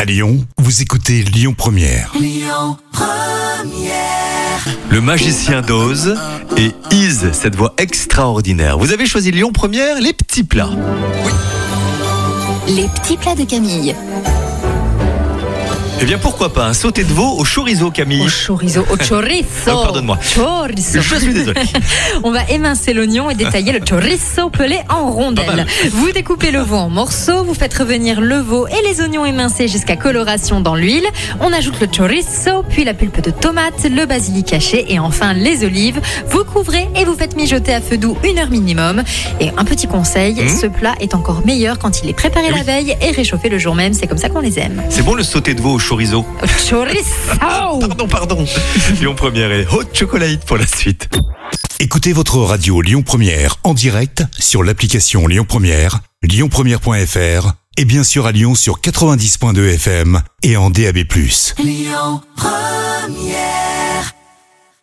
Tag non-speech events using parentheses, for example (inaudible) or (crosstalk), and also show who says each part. Speaker 1: À Lyon, vous écoutez Lyon Première.
Speaker 2: Le magicien d'Oz et Ise, cette voix extraordinaire. Vous avez choisi Lyon Première, les petits plats.
Speaker 3: Les petits plats de Camille.
Speaker 2: Eh bien, pourquoi pas un sauté de veau au chorizo, Camille
Speaker 4: Au chorizo, au
Speaker 2: (laughs)
Speaker 4: chorizo.
Speaker 2: Oh, pardonne-moi.
Speaker 4: Chorizo.
Speaker 2: Je suis désolé.
Speaker 4: On va émincer l'oignon et détailler le chorizo pelé en
Speaker 2: Pas
Speaker 4: rondelles.
Speaker 2: mal.
Speaker 4: Vous découpez le veau en morceaux, vous faites revenir le veau et les oignons émincés jusqu'à coloration dans l'huile. On ajoute le chorizo, puis la pulpe de tomate, le basilic haché et enfin les olives. Vous couvrez et vous faites mijoter à feu doux une heure minimum. Et un petit conseil,
Speaker 2: Mhm.
Speaker 4: ce plat est encore meilleur quand il est préparé
Speaker 2: Eh Oui.
Speaker 4: la veille et réchauffé le jour même. C'est comme ça qu'on les
Speaker 2: (laughs)
Speaker 4: aime.
Speaker 2: C'est bon le sauté de veau au chorizo
Speaker 4: Au Chorizo
Speaker 2: Pardon, pardon. Lyon Première et haute chocolate pour la suite.
Speaker 1: Écoutez votre radio Lyon Première en direct sur l'application Lyon Première, lyonpremière.fr et bien sûr à Lyon sur 90.2 FM et en DAB+.
Speaker 5: Lyon Première